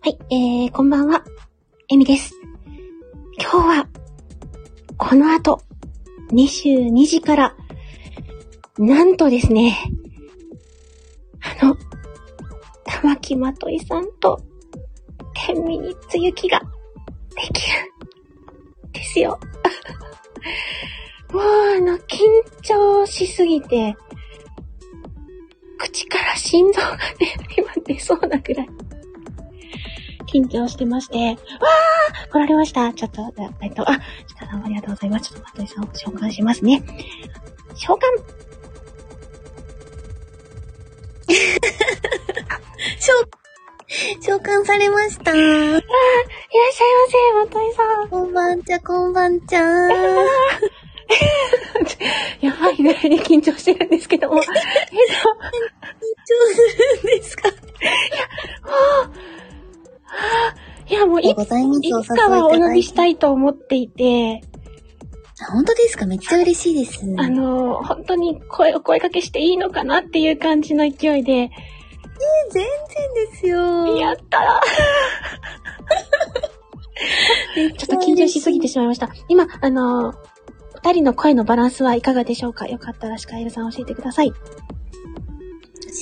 はい、えー、こんばんは。えみです。今日は、この後、22時から、なんとですね、あの、玉木まといさんと、天秤につゆきが、できる、ですよ。 もうあの、緊張しすぎて、口から心臓がね、今出そうなくらい、緊張してまして、わー来られました。ちょっと、えっと、あ、ちょっとどうもありがとうございます。ちょっと、まといさんを召喚しますね。召喚召、召喚されました。いらっしゃいませ、まといさん。こんばんちゃ、こんばんちゃん。やばいぐらいで緊張してるんですけども。えっと、 するんですかいや、もういごつ、ざいます。いおつかはお呼誘いいただいびてしたいと思っていて、あ本当ですかめっちゃ嬉しいです。あの、本当に声を声かけしていいのかなっていう感じの勢いで、全然ですよやったらちょっと緊張しすぎてしまいました。今、あの、二人の声のバランスはいかがでしょうかよかったらシカエルさん教えてください。教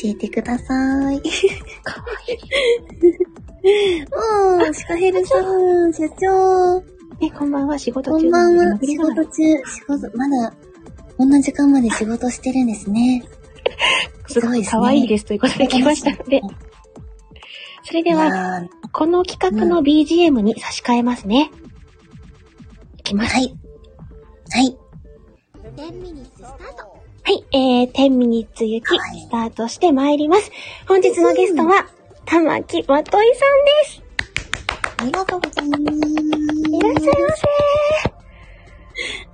えてください。かわおー、シカヘルさん、社長。いい。ね、こんばんは、仕事こ中んばんは。で仕眠りなが事ら中、仕事、まだ、こんな時間まで仕事してるんですね。すごい可愛いですということで来ましたので。それいでは、やーこの企画の BGM に差し替えますね。いきます。はい。はい。はい、えー、天ミニッツゆき、かわいいスタートしてまいります。本日のゲストは、玉木まといさんです。ありがとうござ いまいらっしゃいす。ませ。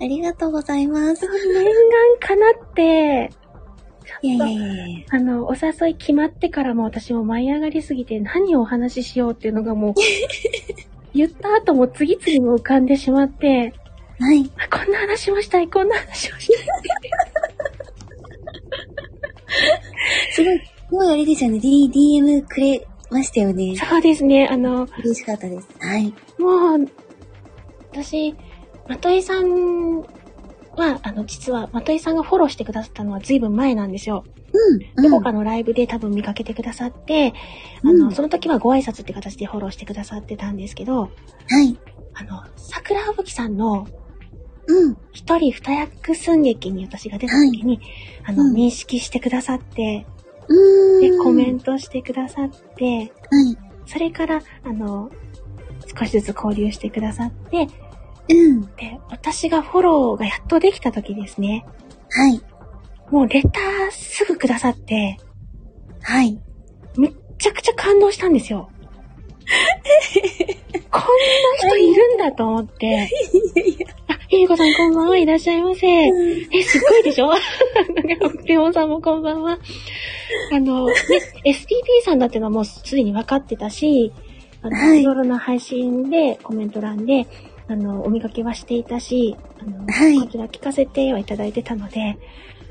ありがとうございます。念願かなって、いやいやいやいや。あの、お誘い決まってからも私も舞い上がりすぎて何をお話ししようっていうのがもう、 言った後も次々も浮かんでしまって、はい。あこんな話しましたい、こんな話しましたい。すごい、すごいあれですよね。D、DM くれましたよね。そうですね、あの、嬉しかったです。はい。もう、私、まといさんは、あの、実は、まといさんがフォローしてくださったのは随分前なんですよ。うん。どうこん。かのライブで多分見かけてくださって、あうの、んその時はご挨拶って形でフォローしてくださってたんですけど、はい。あの、桜吹雪さんのうん。一人二役寸劇に私が出た時に、あの、うん認識してくださって、うでーん。、コメント。トしてくださって、はい。それから、あの、少しずつ交流してくださって、うん。で、私がフォローがやっとできた時ですね、はい。もうレターすぐくださって、はい。めちゃくちゃ感動したんです よ。こんな人いるんだと思って。あ、ひいこさんこんばんは、いらっしゃいませ。え、すっごいでしょピオンさんもこんばんは。あの、ね、SPP さんだってのはもうすでに分かってたし、あの、はいいろいろな配信で、コメント欄で、あの、お見かけはしていたし、あの、はいこちら聞かせてはいただいてたので、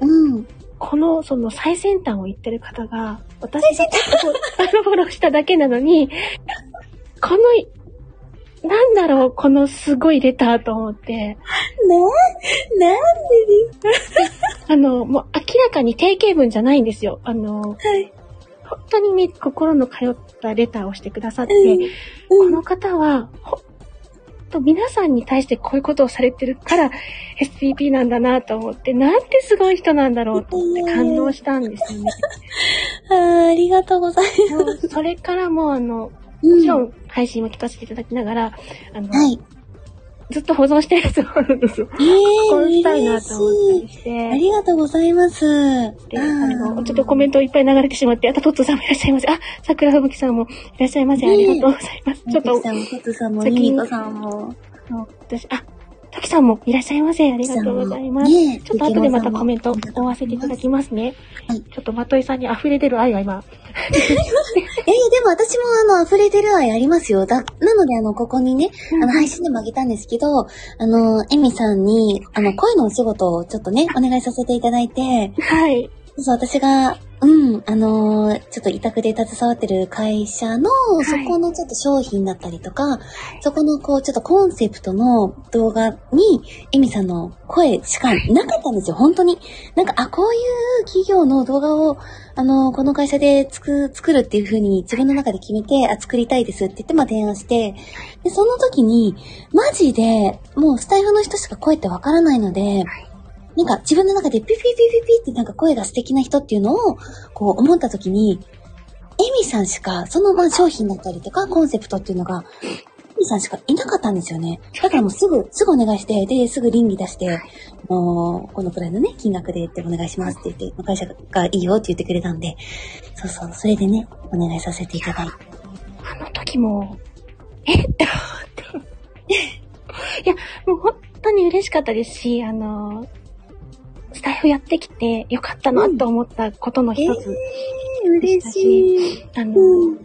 うん。この、その最先端を言ってる方が、私がフォローしただけなのに、この、なんだろう、このすごいレターと思って、な、なんでですあの、もう明らかに定型文じゃないんですよ。あの、はい本当にね、心の通ったレターをしてくださって、うんこの方は、ほんと皆さんに対してこういうことをされてるから、SPP なんだなと思って、なんてすごい人なんだろうと思って感動したんですよね。あーありがとうございます。もうそれからもうあの、うもちろん。ん配信も聞かせていただきながら、あの、はい。ずっと保存してるやつもあるんですよ。えー、保存したいな嬉しと思ったい。りしあて。りがとうございます。あで、あの、ちょっとコメンントいっぱい流れてしまって、あと、トッツーさんもいらっしゃいませ。あ、桜吹雪さんもいらっしゃいませ。あねえりがとうございます。ちょっと、さんも、トトさんも、先ユにミコさんも。あの私、あ、トキさんもいらっしゃいませ。ありがとうございます。ねえちょっと後でまたコメント追わせていただきますね。はいちょっと、まといさんに溢れ出る愛が今、えーでも私もあの、溢れてる愛ありますよ。だ、なのであの、ここにね、あの、配信でもあげたんですけど、あの、エミさんに、あの、声のお仕事をちょっとね、お願いさせていただいて、はい。そう、私が、うん、あのーちょっと委託で携わってる会社の、いそこのちょっと商品だったりとか、そこのこう、ちょっとコンセプトの動画に、エミさんの声しかなかったんですよ、本当に。なんか、あ、こういう企業の動画を、あのーこの会社で作、作るっていう風に自分の中で決めて、あ、作りたいですって言って、まあ提案して、で、その時に、マジで、もうスタイフの人しか声ってわからないので、なんか自分の中でピピピピピってなんか声が素敵な人っていうのをこう思った時に、エミさんしか、そのまあ商品だったりとかコンセプトっていうのが、エミさんしかいなかったんですよね。だからもうすぐ、すぐお願いして、で、すぐ倫理出して、あのーこのくらいのね、金額でってお願いしますって言って、会社がいいよって言ってくれたんで、そうそう、それでね、お願いさせていただいて。あの時も、えっと思って。いや、もう本当に嬉しかったですし、あの、スタイフやってきてよかったなと思ったことの一つ。嬉しい。あの、うん。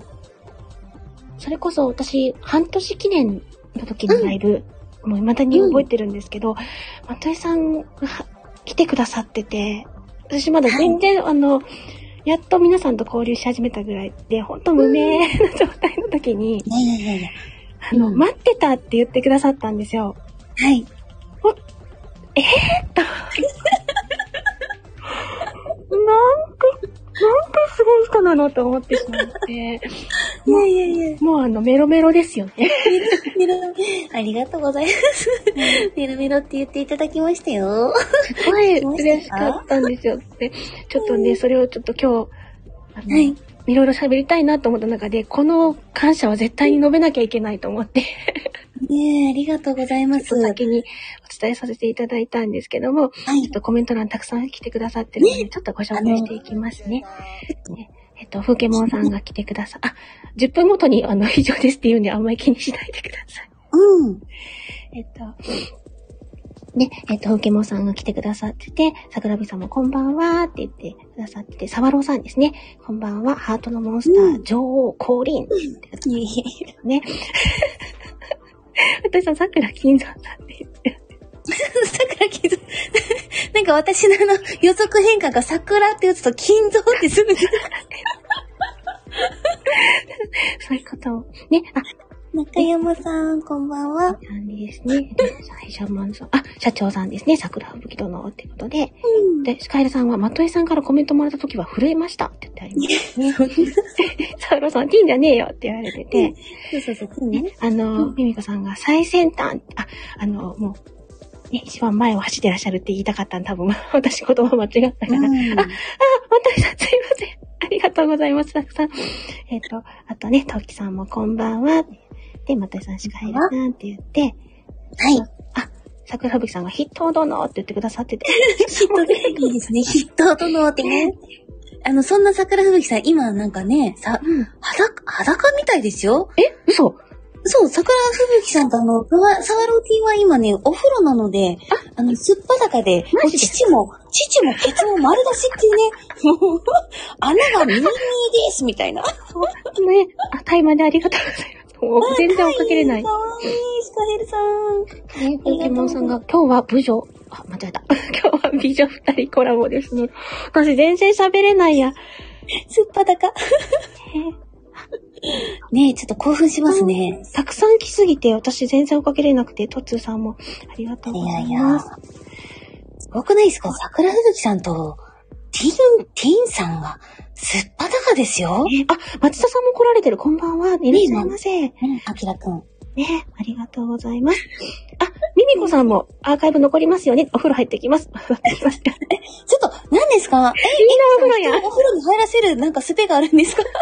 それこそ私、半年記念の時のライブ、もう未だに覚えてるんですけど、松井さんが来てくださってて、私まだ全然、あの、やっと皆さんと交流し始めたぐらいで、本当無名な状態の時に、いやいやいやいや。あの、うん待ってたって言ってくださったんですよ。はい。なんて、なんてすごい人なのと思ってしまって、いやいやいや。 もうあの、メロメロですよね。メロ、ありがとうございます。メロメロって言っていただきましたよ。すご い嬉しかったんですよ。で、ちょっとね、それをちょっと今日、あの、はいい、ろいろ喋りたいなと思った中で、この感謝は絶対に述べなきゃいけないと思って、ねえ、ありがとうございまちょっす。とは先にお伝えさせていただいたんですけども、ちょいっ。とコメント欄たくさん来てくださってるので、ちょっとご紹介していきますね。えっと、風景モンさんが来てくださ、あ、10分ごとにあの、以上ですっていうんであんまり気にしないでください。うん。えっと、ね、えっと、ふけもさんが来てくださってて、桜木さんもこんばんはって言ってくださってて、サワローさんですね。こんばんは、ハートのモンスター、女王降臨って言ってくださ いえいえ。ってね。 私は桜金山さんです。桜金蔵。 なんか私のあの、予測変化が桜って打つと金蔵ってすぐ出てくそういうことを。ね、あ、る。 中山さん、こんばんは。さんですね。最初マンさん、あ、社長さんですね。桜吹雪殿ってことで。うん。で、スカイルさんは、まとえさんからコメントもらった時は震えましたって言ってあります。サワローさん、ティーンじゃねえよって言われてて。そうそうそう。ねね。、あの、ミミコさんが最先端、あ、あの、もう、ね、一番前を走ってらっしゃるって言いたかったん多分、 私言葉間違ったから。あ、うん本当にさんすいません。ありがとうございます、たくさん。えっ、と、あとね、トッキさんもこんばんは。で、またさん、シカエルさんって言って、はい。桜吹雪さんが筆頭殿って言ってくださってて、ヒットで、いいですね。ヒットのってね。あの、そんな桜吹雪さん、今なんかね、さ、うん、裸、裸みたいですよ。嘘そう、桜吹雪さんとあの、サワローティは今ね、お風呂なので、あの、すっぱだかで、もマうジで父も、父もケツも丸出しっていうね、 もう、穴がミニミニです、みた いな。そう、ね、あ、タイマーでありがとうございます。もう全然追っかけれない。かわいい、スカヘルさん。ね、ポケモンさんが、今日は部女、あ、間違えた。 今日は美女二人コラボですね。私全然喋れないや。すっぱだか。ねえ、ちょっと興奮しますね。たくさん来すぎて、私全然追っかけれなくて、トッツーさんもありがとうございいやいまやす。すごくないですか桜吹雪さんと、ティーン、ティーンさんが、すっぱだかですよ。ねあ、松田さんも来られてる。こんばんは。いらっしゃいませ。ね、うん、あきらくん。ありがとうございます。あ、ミミコさんもアーカイブ残りますよね。お風呂入ってきます。お風呂入ってきます。みんなちょっと、何ですかお風呂や。お風呂に入らせる、なんか術があるんですか 人、あ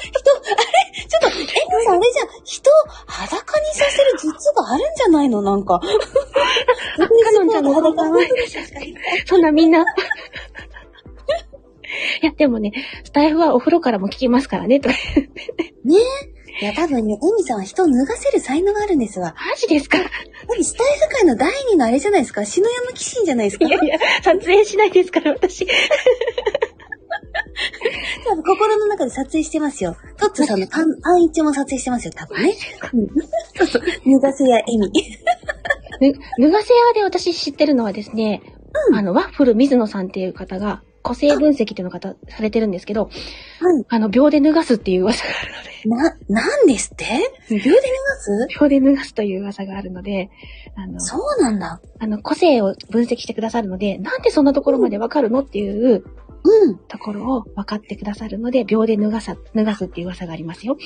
れちょっと、えみさん、あれじゃん、人を裸にさせる術があるんじゃないのなんか。カノンちゃんもこんばんは。そんなみんな。い や、でもね、スタイフはお風呂からも聞きますからね、とか。ねえ。いや、多分ね、エミさんは人を脱がせる才能があるんですわ。マジですかい多分スタイフ界の第二のあれじゃないですか篠山騎士じゃないですかやいや、撮影しないですから、私。多分心の中で撮影してますよ。トッツさんのパン、パンイチも撮影してますよ、多分ね。そうそう。脱がせやエミ。ぬ脱がせ屋で私知ってるのはですね、あの、ワッフル水野さんっていう方が、個性分析っていうのがされてるんですけど、はい。あの、秒で脱がすっていう噂があるので、な、なんですって秒で見ます秒で脱がすという噂があるので、あの、そうなんだ。あの、個性を分析してくださるので、なんでそんなところまでわかるのっていううん。ところを分かってくださるので、秒で脱がさ、脱がすっていう噂がありますよ。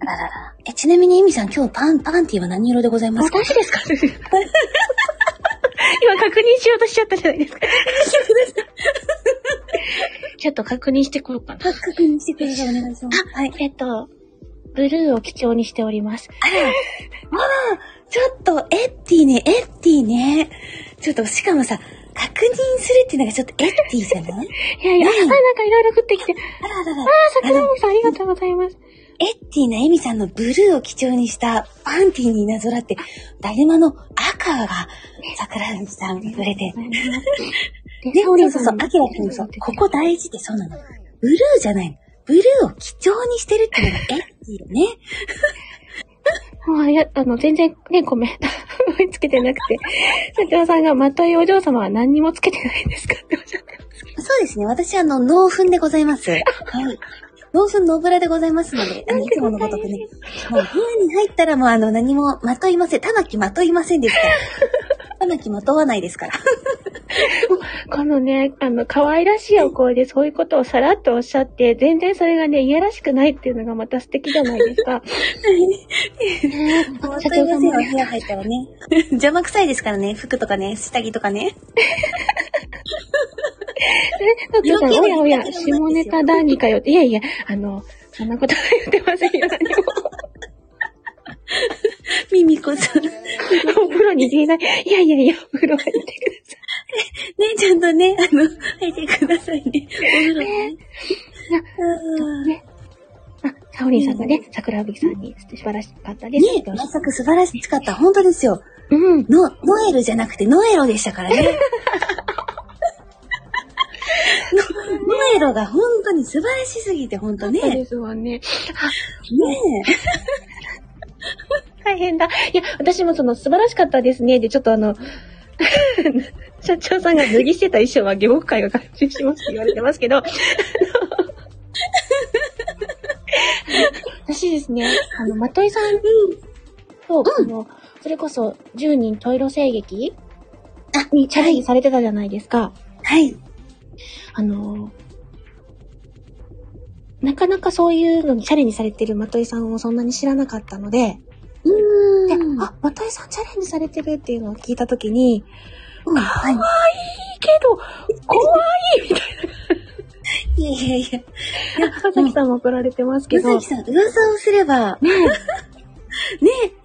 あららら。え、ちなみにエミさん、今日パン、パンティは何色でございますか私ですか 今確認しようとしちゃったじゃない ですか。ちょっと確認してこようかな。パ確認してくれるお願いします。はい。えっと、ブルーを基調にしております。ちょっと、エッティね、エッティね。ちょっと、しかもさ、確認するっていうのがちょっとエッティじゃないいやいや、あうんなんかいろいろ降ってきて。あらあらら。あ、桜木さんありがとうございます。エッティなエミさんのブルーを基調にしたパンティになぞらって、だるまの赤が桜木さんに触れて。ね、そうそうそう、アキラくんそう、ここ大事でそうなの。ブルーじゃないの。ブルーを基調にしてるっていうのがエッティよね。もういや、あの、全然ね、 コメント追いつけてなくて。 社長さんが、まといお嬢様は何にもつけてないんですかっておっしゃってます。そうですね。私、あの、納粉でございます。はい。納粉ノブラでございますので、あの、いつものごとくね。もう、部屋に入ったらもう、あの、何もまといません。玉木まといませんです から。玉木まとわないですから。 このね、あの、可愛らしいお声でそういうことをさらっとおっしゃって、全然それがね、いやらしくないっていうのがまた素敵じゃないですか。 ま社とい長ませさんんも お部屋入ったらね。邪魔くさいですからね。服とかね、下着とか え、ね。だってさん、おやおや、下ネタ談義かよって、いやいや、あの、そんなことは言ってませんよ。 何もミミコさん。ね、お風呂に入れない。いやいやいや、お風呂入ってくださちゃんとね、あの、入ってくださいね。お風呂ね。い。ね。あ、サオリンさんがね、桜吹さんに素晴らしかったです。ねまさく素晴らしかった。本当ですよ。うん。の、ノエルじゃなくてノエロでしたからね。 のノエロが本当に素晴らしすぎて、本当ね。そうねですわね。え。大変だ。いや、私もその素晴らしかったですね。で、ちょっとあの、 社長さんが脱ぎしてた衣装は下僕会が完成しますって言われてますけど。 あの私ですね、あの、まといさんと、あの、それこそ10人トイロ声劇あにチャレンジされてたじゃないですか。はい。あのなかなかそういうのにチャレンジされてるまといさんをそんなに知らなかったので、うでーん。あ、まといさんチャレンジされてるっていうのを聞いたときに、いいうんはい。けど、怖いみたいいやいやいや。な。まさきさんも怒られてますけまど。さきさん、噂をすれば、 ねえ。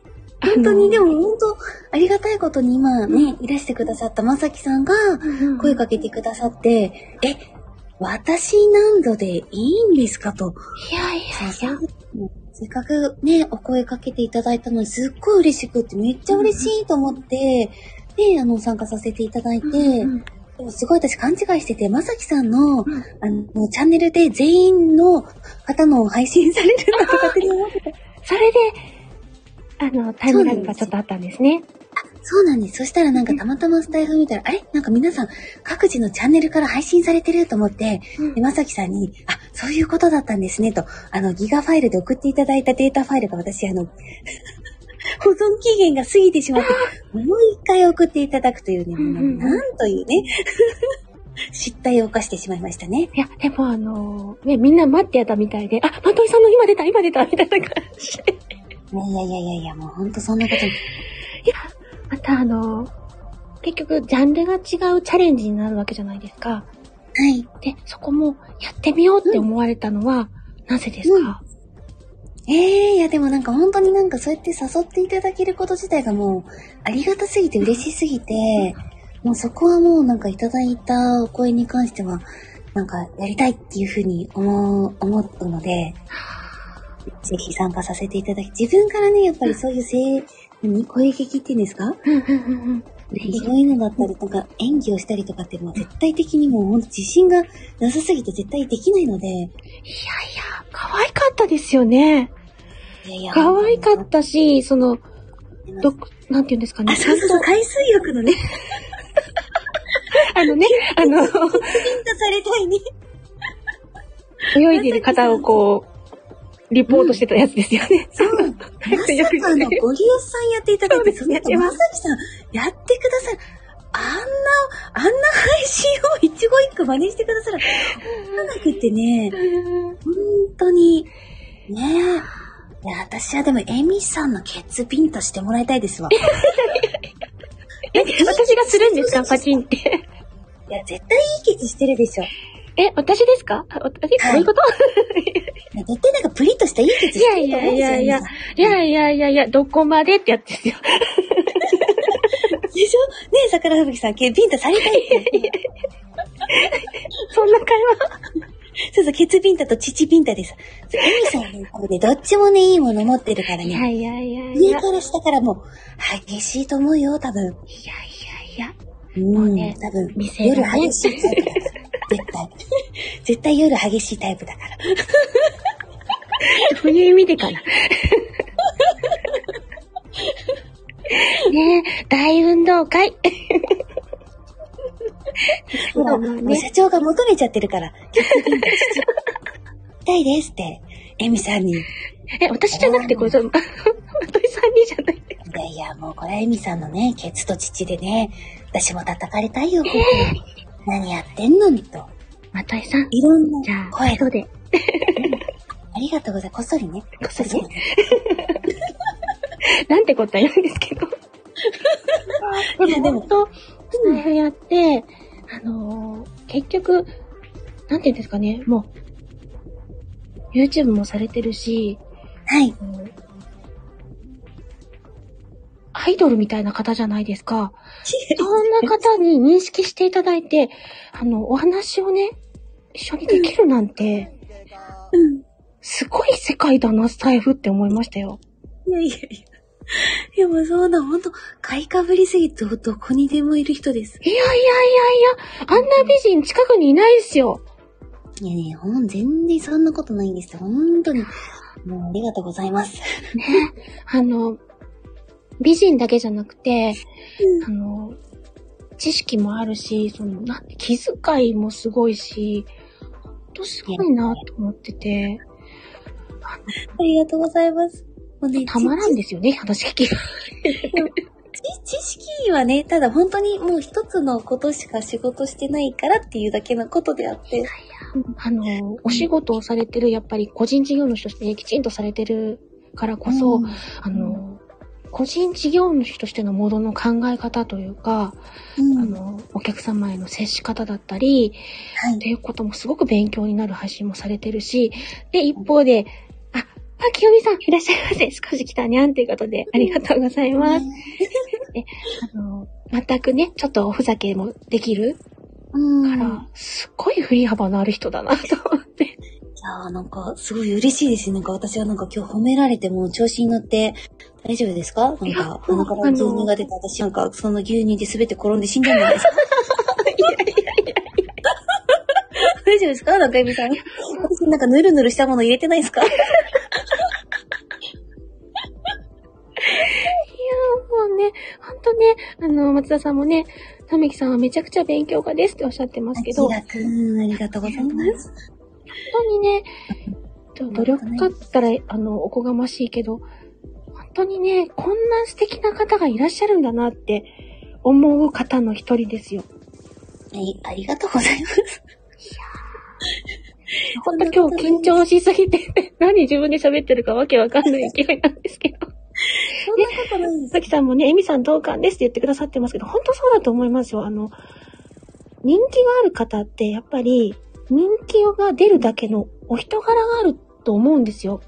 本当に、でも本当、ありがたいことに今ね、いらしてくださったまさきさんがうん声かけてくださって、え、私何度でいいんですかと、いやいやいや。せっかくね、お声かけていただいたのにすっごい嬉しくって、めっちゃ嬉しいと思って、で、あの、参加させていただいて、うんでもすごい私勘違いしてて、まさきさんの、んあの、チャンネルで全員の方の配信されるんだとかって思ってた。それで、あの、タイムラグがちょっとあったんですね。そうなんです。そしたらなんかたまたまスタイフ見たら、あれなんか皆さん各自のチャンネルから配信されてると思って、で、まさきさんに、あ、そういうことだったんですね、と、あの、ギガファイルで送っていただいたデータファイルが私、あの、 保存期限が過ぎてしまって、もう一回送っていただくというね、うんうんうんなんというね、 失態を犯してしまいましたね。いや、でもあのね、みんな待ってやったみたいで、あ、まといさんの今出た、今出た、みたいな感じで。いやいやいやいやいや、もうほんとそんなことに。いや、またあの、結局、ジャンルが違うチャレンジになるわけじゃないですか。はい。で、そこもやってみようって思われたのは、なぜですか、ええいやでもなんか本当になんかそうやって誘っていただけること自体がもうありがたすぎて嬉しすぎて、もうそこはもうなんかいただいたお声に関しては、なんかやりたいっていうふうに思う、思ったので、ぜひ参加させていただき、自分からね、やっぱりそういう声、何声劇っていうんですかうんうんうん うんそういうのだったりとか、演技をしたりとかってもう絶対的にもうほんと自信がなさすぎて絶対できないので、いいやいや、可愛かったですよね。やいや可愛かったし、その、ど、なんて言うんですかね。あ、そうそうそう、海水浴のね。 あのね、あ の、ンタされたいね。泳いでる方をこう、リポートしてたやつですよね。そう。ま よく知さってかるのゴリエさんやっていただいて、そそですうのやって後、まますさきさん、やってくださる。あんな、あんな配信を一期一会真似してくださる。わなくってね、本当に、ねえ。いや、私はでも、エミさんのケツピンとしてもらいたいですわ。い え、私がするんです かパチンって。や、絶対いいケツしてるでしょ。え、私ですかあ私どういうこといや絶対なんかプリッとしたいいケツいしやてるいやと思うんいですよ。やいやエミさん、いやいやいやいや、どこまでってやつですよ。でしょねえ、桜吹雪さん、ケツピンとされたいって。そんな会話。そうそう、ケツピンタとチチピンタです。そうエミさんの方でどっちもね、いいもの持ってるからいねや。いやいやいや。上いやから下からもう、激しいと思うよ、多分。いやいや。もうね多分、見せる夜ね激しいタイプだから。絶対。絶対夜激しいタイプだから。どういう意味でかな。ねえ、大運動会。ほまら、あまあねもう社長が求めちゃってるから、ケツピンタ、チチピンタですって、エミさんに。いえ、私じゃなくて、これ、そう 私さんにじゃない。やいや、もうこれはエミさんのね、ケツとチチでね、私も叩かれたいよ、ここ。何やってんのにと。まといさん。いろんじゃなあ、声が後で。ありがとうございます。こっそりね。こっそりねなんてことは言うんですけど。 いでやでも、も本当スタイフやって、あのー結局、なんて言うんですかね、もう、YouTube もされてるし、はい。アイドルみたいな方じゃないですか。そんな方に認識していただいて、あの、お話をね、一緒にできるなんて、うん。すごい世界だな、スタイフって思いましたよ。いやいやいや。いやもうそうな、ほんと、買いかぶりすぎて、どこにでもいる人です。いやいやいやいや、あんな美人近くにいないですよ。いやね、ほん、全然そんなことないんですよ。ほんとに。もう、ありがとうございます。あの、美人だけじゃなくて、うあの、知識もあるし、その、なんて気遣いもすごいし、ほんとすごいなと思ってて、ありがとうございます。もうね、たまらんですよね、話聞 きが。知知識はね、ただ本当にもう一つのことしか仕事してないからっていうだけのことであって。あの、お仕事をされてる、やっぱり個人事業主としてきちんとされてるからこそ、うんあの、個人事業主としてのものの考え方というか、うんあの、お客様への接し方だったり、はいっ。ていうこともすごく勉強になる配信もされてるし、で、一方で、あ、あ、きよみさん、いらっしゃいませ。少し来たにゃんということで、ありがとうございます。あの、全くね、ちょっとおふざけもできるうん。かいら、やすっごい振り幅のある人だな、と思って。ーなんか、すごい嬉しいですね。なんか私はなんか今日褒められてもう調子に乗って、大丈夫ですかなんいやもかう、鼻から牛乳が出て、私なんか、その牛乳で全て転んで死んだんじゃないですか大丈夫ですかなんか、エミさん。私なんか、ぬるぬるしたもの入れてないですかもうね、ほんとね、あの、松田さんもね、ためきさんはめちゃくちゃ勉強家ですっておっしゃってますけど、あ本きらくん、ありがとうございます。当にね、と努力家ったら、あの、おこがましいけど、本当にね、こんな素敵な方がいらっしゃるんだなって思う方の一人ですよ。はい、ありがとうございます。ほんと今日緊張しすぎて、 何自分で喋ってるかわけわかんない勢いなんですけど。そんなことないです。さきさんもね、エミさん同感ですって言ってくださってますけど、ほんとそうだと思いますよ。あの、人気がある方って、やっぱり、人気が出るだけのお人柄があると思うんですよ。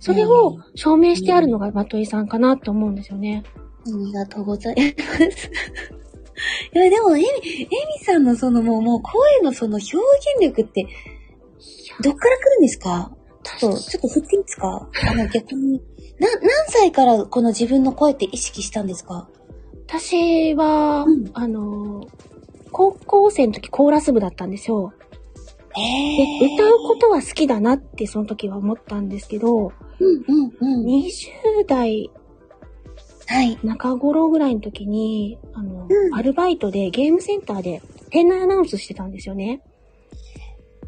それを証明してあるのがまといさんかなと思うんですよね。ありがとうございます。 いや、でも、エミ、エミさんのそのもう、もう声のその表現力って、どっから来るんですかちょっと、ちょっと振っていいですかあの、逆に。な、何歳からこの自分の声って意識したんですか私は、うんあの、高校生の時コーラス部だったんですよ。えで、え歌うことは好きだなってその時は思ったんですけど、うん、うん、うん。 20代はい。中頃ぐらいの時に、あの、うんアルバイトでゲームセンターで店内アナウンスしてたんですよね。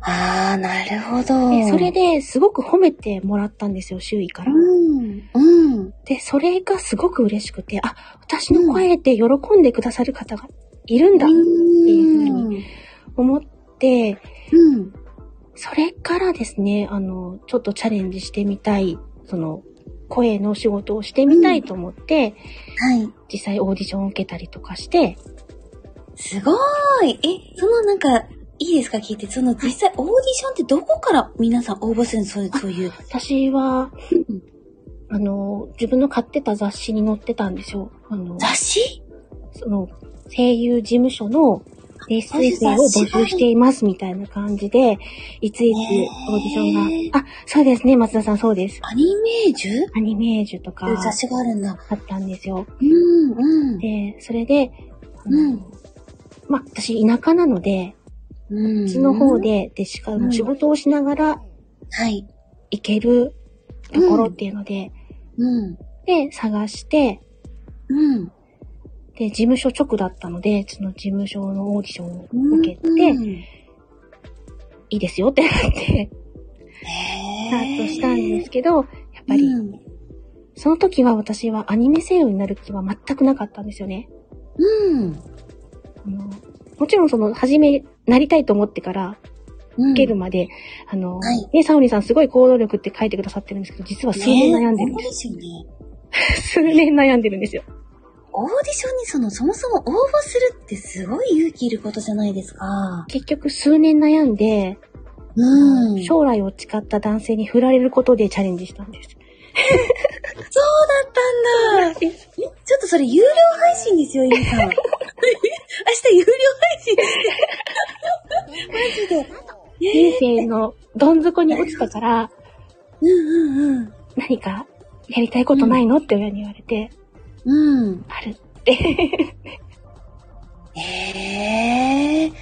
ああ、なるほど。でそれ、で、すごく褒めてもらったんですよ、周囲からう。ん、うん。で、それがすごく嬉しくて、あ、私の声で喜んでくださる方がいるんだ、いうふうん。思って、うん。それからですね、あの、ちょっとチャレンジしてみたい、その、声の仕事をしてみたいと思って、はい。実際オーディションを受けたりとかして、すごーい。え、そのなんか、いいですか聞いて、その実際オーディションってどこから皆さん応募するのそういう、そういう。私はうん、あの、自分の買ってた雑誌に載ってたんですよ。あの、雑誌その、声優事務所の提出生を募集していますみたいな感じで、いついつオーディションが、あ、そうですね、松田さんそうです。アニメージュアニメージュとかという雑誌があるんだ。あったんですよ。うん、うん。で、それで、あのうんまあ、私田舎なので、う。うんちの方。で、で、しかうもん仕事をしながらはい。行けるところっていうので、うん。で、探して、うん。で、事務所直だったので、その事務所のオーディションを受けて、うんいいですよってなって、スターへトーしたんですけど、やっぱり、うんその時は私はアニメ声優になる気は全くなかったんですよね。うん。あのもちろんその、初め、なりたいと思ってから、うん。受けるまで、あの、はいね、サオリンさんすごい行動力って書いてくださってるんですけど、実は数年悩んでるんねです。そうですよね。数年悩んでるんですよ。オーディションにその、そもそも応募するってすごい勇気いることじゃないですか。結局数年悩んで、うん。そう将来を誓った男性に振られることでチャレンジしたんです。だったんだ。えちょっとそれ有料配信ですよ、ゆみさん。 明日有料配信して。マジで。人生のどん底に落ちたから、うんうん何かやりたいことないのって親に言われて、うん。うん。あるって。ええー。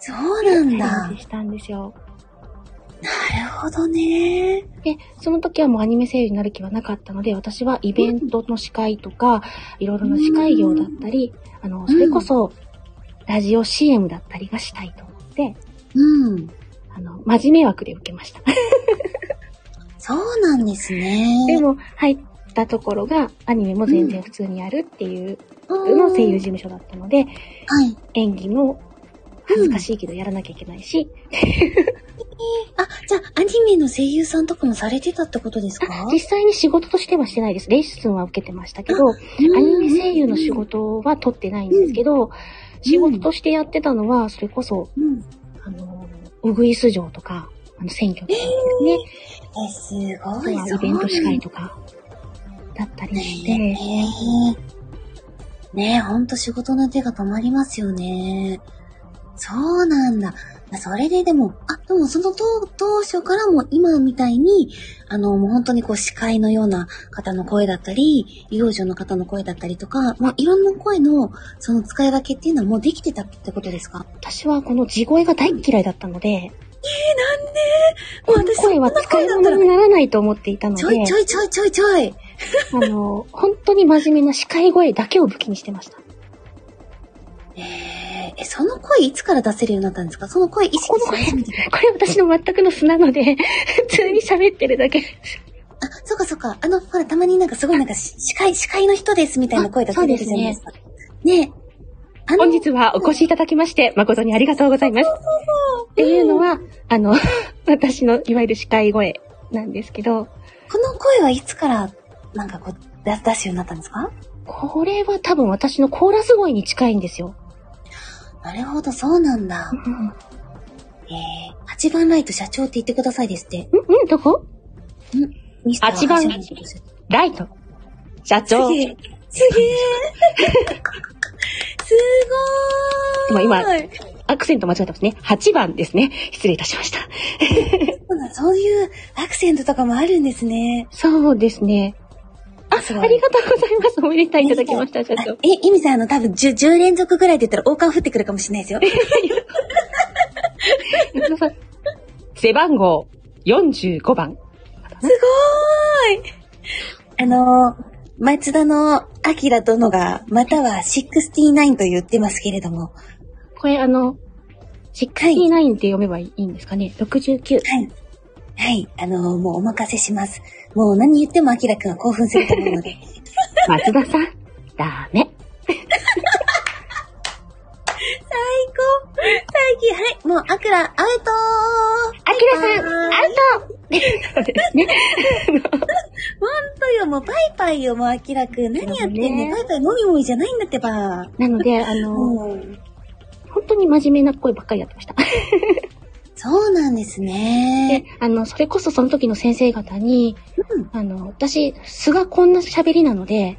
そチャうなんだ。レンなジしたんですよ。るほどね。で、その時はもうアニメ声優になる気はなかったので、私はイベントの司会とか、いろいろな司会業だったり、あの、それこそ、ラジオ CM だったりがしたいと思って、うん。あの、真面目枠で受けました。そうなんですね。でも、入ったところが、アニメも全然普通にやるっていううん、の声優事務所だったので、はい。演技も恥ずかしいけどやらなきゃいけないし、あ、じゃあ、アニメの声優さんとかもされてたってことですかあ実際に仕事としてはしてないです。レッスンは受けてましたけど、アニメ声優の仕。事は取ってないんですけど、仕事としてやってたのは、それこそ、うんうんあの、うぐいす城とか、あの、選挙とかですね。え、すあごとい。はイベント司会ととか、だったりねして、え。ねえ、ほんと仕事の手が止まりますよね。そうなんだ。それででも、あ、でもその当当初からも今みたいに、あの、もう本当にこう司会のような方の声だったり、医療所の方の声だったりとか、まあ、いろんな声の、その使い分けっていうのはもうできてたってことですか私はこの地声が大嫌いだったので、もうこの声は使い物にならないと思っていたのちょいでち、ょいちょいちょいちょい。あの、本当に真面目な司会声だけを武器にしてました。えーえ、その声いつから出せるようになったんですかその声意識し始めてこれ私の全くの素なので、 普通に喋ってるだけです。あ、そっかそっか。あの、ほら、たまになんかすごいなんかし司会、司会の人ですみたいな声出されてるじゃないですか。ねえ。あ本日はお越しいただきまして、誠にありがとうございます。っていうのは、あの、 私のいわゆる司会声なんですけど、この声はいつから、なんかこう、出出すようになったんですかこれは多分私のコーラス声に近いんですよ。なるほど、そうなんだ。うん、えー、8番ライト社長って言ってくださいですって。うん、どこミスター8番社長ですライト。社長。すでげえ。すげ え。すごもーい。今、アクセント間違ってますね。8番ですね。失礼いたしました。そうだそういうアクセントとかもあるんですね。そうですね。あ、あすごいりがとうございます。おめでたいいただきました、社あ長。え、エミさん、あの、多分10、10連続ぐらいで言ったら、王冠降ってくるかもしれないですよ。 背番号45番。すごーいあの、松田の明殿が、または69と言ってますけれども、これあの、69って読めばいいんですかね。69。はい。はい。あのーもうお任せします。もう何言ってもアキラくんは興奮すると思 うので。松田さん、ダメ。最高最近、はい。もうアキラ、アウトアキラさん、アはいウトそうですね。ーほんとよ、もうパイパイよ、もうアキラくん。何やってんねそうねパイパイもみもみじゃないんだってば。なので、あの、うん。本当に真面目な声ばっかりやってました。そうなんですでね。、あの、それこそその時の先生方に、うんあの、私、素がこんな喋りなので、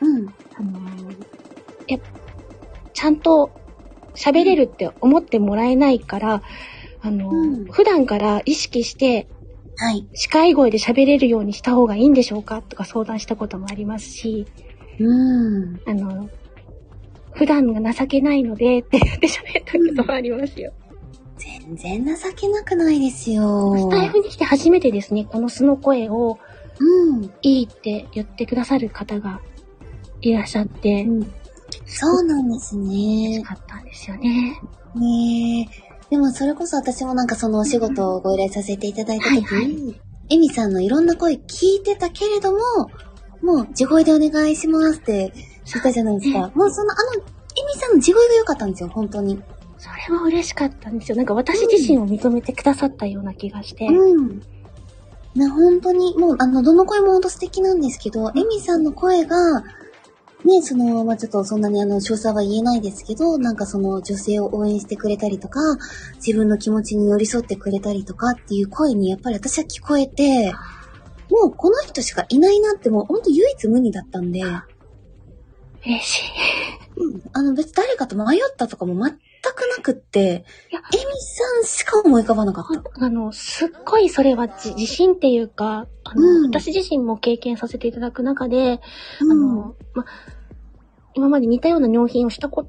うんうん。あの、やっぱちゃんと喋れるって思ってもらえないから、あの、うん普段から意識して、はい。司会声で喋れるようにした方がいいんでしょうかとか相談したこともありますし、うん。あの、普段が情けないので って言って喋ったこともありますよ。全然情けなくないですよ。スタイフに来て初めてですね、この素の声をうん。いいって言ってくださる方がいらっしゃって、そうなんですね嬉し。かったんですよね。ねえ。でもそれこそ私もなんかそのお仕事をご依頼させていただいた時はいに、エミさんのいろんな声聞いてたけれども、もう地声でお願いしますって言ったじゃないですか。もうそのあの、エミさんの地声が良かったんですよ、本当に。それは嬉しかったんですよ。なんか私自身を認めてくださったような気がして。うん。ね、本当に、もう、あの、どの声も本当素敵なんですけど、エミさんの声が、ね、その、まあ、ちょっとそんなにあの、詳細は言えないですけど、なんかその、女性を応援してくれたりとか、自分の気持ちに寄り添ってくれたりとかっていう声にやっぱり私は聞こえて、もうこの人しかいないなってもう本当唯一無二だったんで、嬉しい。あの別に誰かと迷ったとかも全くなくって、いやエミさんしか思い浮かばなかった。あの、すっごいそれはじ自信っていうか、あの、うん私自身も経験させていただく中で、うんあの、ま、今まで似たような納品をしたこ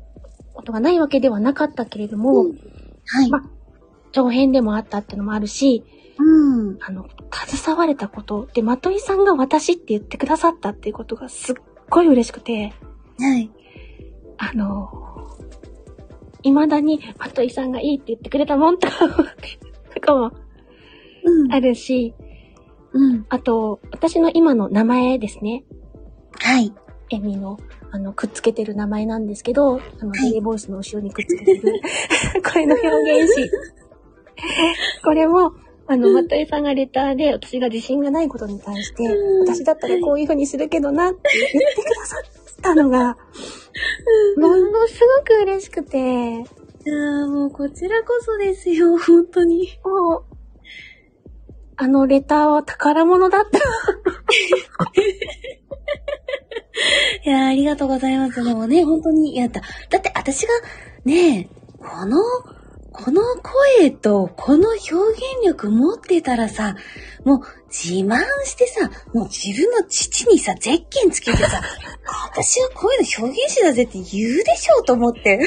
ことがないわけではなかったけれども、うんはい。ま長編でもあったってのもあるし、うん。あの、携われたこと、で、まといさんが私って言ってくださったっていうことがすっごい嬉しくて、はい。あの、未だにまといさんがいいって言ってくれたもんとか思って、とかもうん。あるし、うん。あと、私の今の名前ですね。はい。エミの、あの、くっつけてる名前なんですけど、あの、はいヒゲボイスの後ろにくっつけてる、 これの表現詞。 これも、あの、まとえさんがレターで、私が自信がないことに対して、うん私だったらこういう風にするけどなって言ってくださったのが、ものすごく嬉しくて、いやーもうこちらこそですよ、 本当に。もう、あのレターは宝物だった。いやーありがとうございます。もうね、本当に、やった。だって私が、ねえ、この、この声と、この表現力持ってたらさ、もう自慢してさ、もう自分の父にさ、ゼッケンつけてさ、 私は声の表現者だぜって言うでしょうと思って。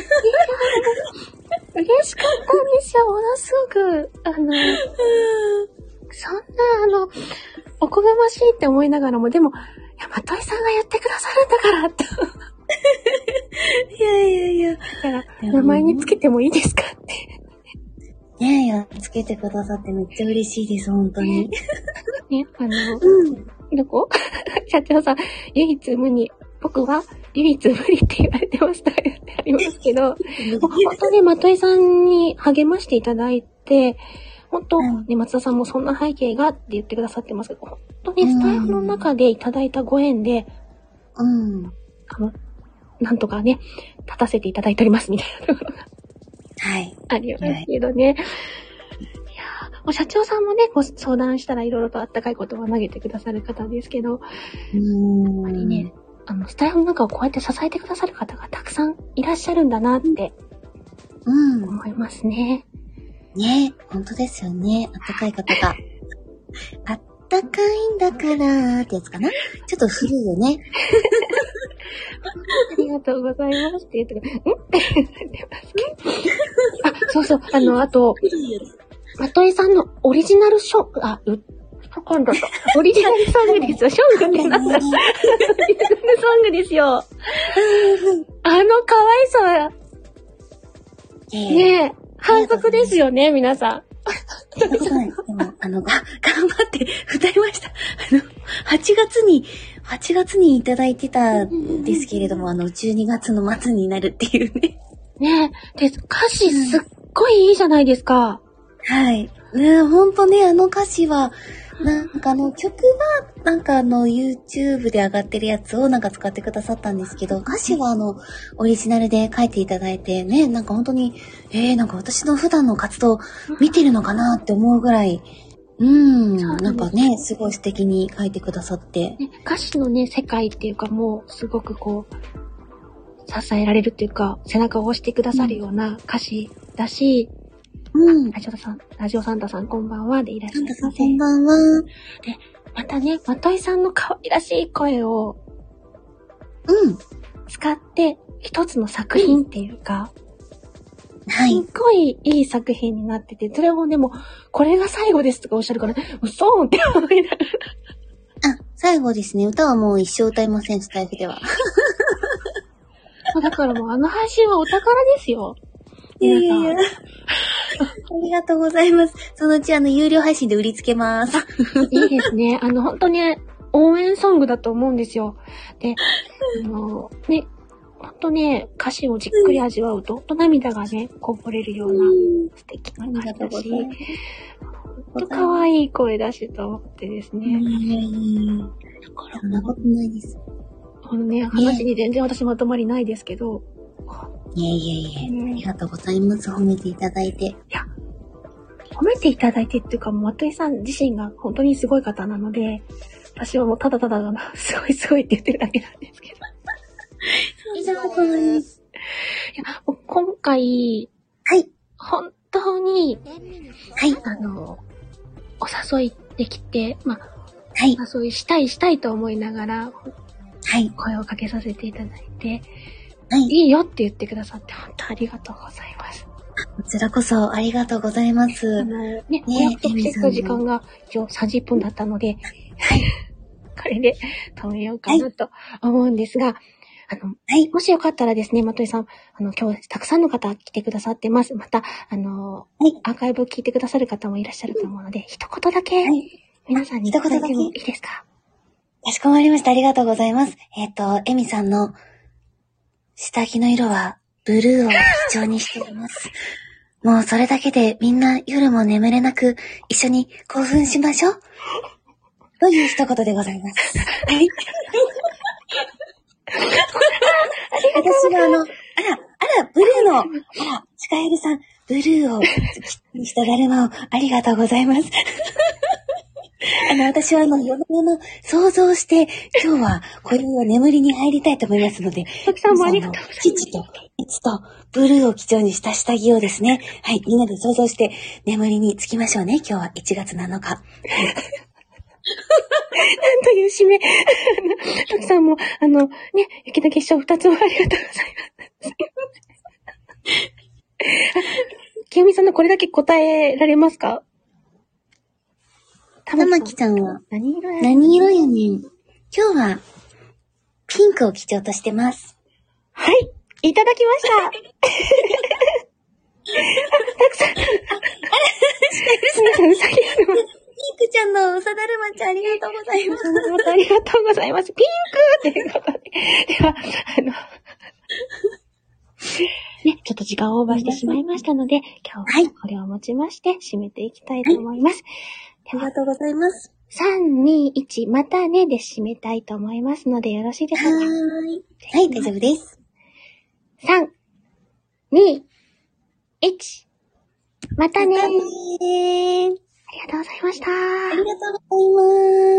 嬉しかったんですよ、ものすごく。あの、そんな、あの、おこがましいって思いながらも、でも、いや、まといさんが言ってくださるんだからっていやいやいや。だから、名前につけてもいいですかって。ねえ、やっつけてくださってめっちゃ嬉しいです、本当に。ね、あの、うん。どこ社長さん、唯一無二、僕は唯一無二って言われてましたよってありますけど、もう本当にまといさんに励ましていただいて、本当、うんね、松田さんもそんな背景がって言ってくださってますけど、本当にスタイフの中でいただいたご縁で、うん。あの、なんとかね、立たせていただいておりますみたいなところがはい。ありますけどね。いやーもう社長さんもね、ご相談したらいろいろとあったかい言葉を投げてくださる方ですけど、やっうーぱりん。ね、あの、スタイフの中をこうやって支えてくださる方がたくさんいらっしゃるんだなってうん。思いますね。ね本当ですよね。あったかい方が。あったかいんだからーってやつかなちょっと古いよね。ありがとうございますって言ってくれ、んって言ってますけど。あ、そうそう、あの、あと、古いよね。まといさんのオリジナルショー、あ、う、今度と、オリジナルソングですよ。ショングってなんだリズムソングですよ。あの可愛さは、いやいやいや、ねえ、反則ですよね、皆さとんでもないです。でも、あの、が、頑張って歌いました。あの、8月に、8月にいただいてたんですけれども、あの、12月の末になるっていうね。ん。ねえ、で、歌詞すっごいいいじゃないですか。はい。ねほんとね、あの歌詞は、なんかあの曲は、なんかあの YouTube で上がってるやつをなんか使ってくださったんですけど、歌詞はあの、オリジナルで書いていただいてね、なんか本当に、えー、なんか私の普段の活動見てるのかなって思うぐらい、うん、なんかね、すごい素敵に書いてくださって。ね、歌詞のね、世界っていうかもう、すごくこう、支えられるっていうか、背中を押してくださるような歌詞だし、うん。ラジオさん、ラジオサンタさんこんばんはでいらっしゃないんまだせか。こんばんは。またね、まといさんの可愛らしい声をうん。使って、一つの作品っていうか、はすい。っごいいい作品になってて、それもでも、これが最後ですとかおっしゃるから、嘘って思いながら。あ、最後ですね。歌はもう一生歌いません、スタイフでは。もうだからもうあの配信はお宝ですよ。いやいやいや。皆あさんりがとうございます。そのうちあの、有料配信で売りつけます。いいですね。あの、本当に応援ソングだと思うんですよ。で、あの、ね、本当ね、歌詞をじっくり味わうと、ほんと涙がね、こぼれるような素敵な歌詞だし、ほんと可い愛い声出しと思ってですいやね。いやいや。そんなことないです。このね、話に全然私まとまりないですけど、いやいやいや。あねりがとうございます。褒めていただいて。褒めていただいてっていうか、もう、松井さん自身が本当にすごい方なので、私はもうただただだな、すごいすごいって言ってるだけなんですけど。以上です。いや、もう今回、はい。本当に、はい。あの、お誘いできて、まあ、はい。お誘いしたいしたいと思いながら、はい。声をかけさせていただいて、はい。いいよって言ってくださって、本当ありがとうございます。こちらこそありがとうございまあす。のね、お約束してた時間が一応30分だったので、 これで止めようかなと思うんですが、あの、はい。もしよかったらですね、まといさん、あの、今日たくさんの方来てくださってます。また、あの、はいアーカイブを聞いてくださる方もいらっしゃると思うので、一言だけはい。皆さんにいただいてもいいですかかしこまりました。ありがとうございます。えっ、と、エミさんの下着の色はブルーを基調にしています。もうそれだけでみんな夜も眠れなく一緒に興奮しましょう。という一言でございます。はい。私があの、あら、あら、ブルーの、あら、シカエルさん、ブルーを基調にしただるまをありがとうございます。あの、私はあの、夜のの想像して、今日はこれを眠りに入りたいと思いますので、たくさんもありがとうございます。父と、父と、ブルーを基調にした下着をですね、はい、みんなで想像して、眠りにつきましょうね。今日は1月7日。なんなんという締め。たくさんも、あの、ね、雪の結晶二つもありがとうございます。きよみさんのこれだけ答えられますかた玉木ちゃんは何色や何色やねん。今日は、ピンクを基調としてます。はい、いただきま した。たくさん、すみません、うさぎさんピンクちゃんのうさだるまちゃん、ありがとうございます。本当ありがとうございます。ピンクっていうことで。では、あの、ね、ちょっと時間をオーバーしてしまいましたので、今は日いはこれをもちまして締めていきたいと思います。あでりはが、とうございます。 3、2、1、またねで締めたいと思いますので、よろしいではしょうか。ーい。はい、大丈夫です。 3、2、1、またねまたねーありがとうございました。ありがとうございます。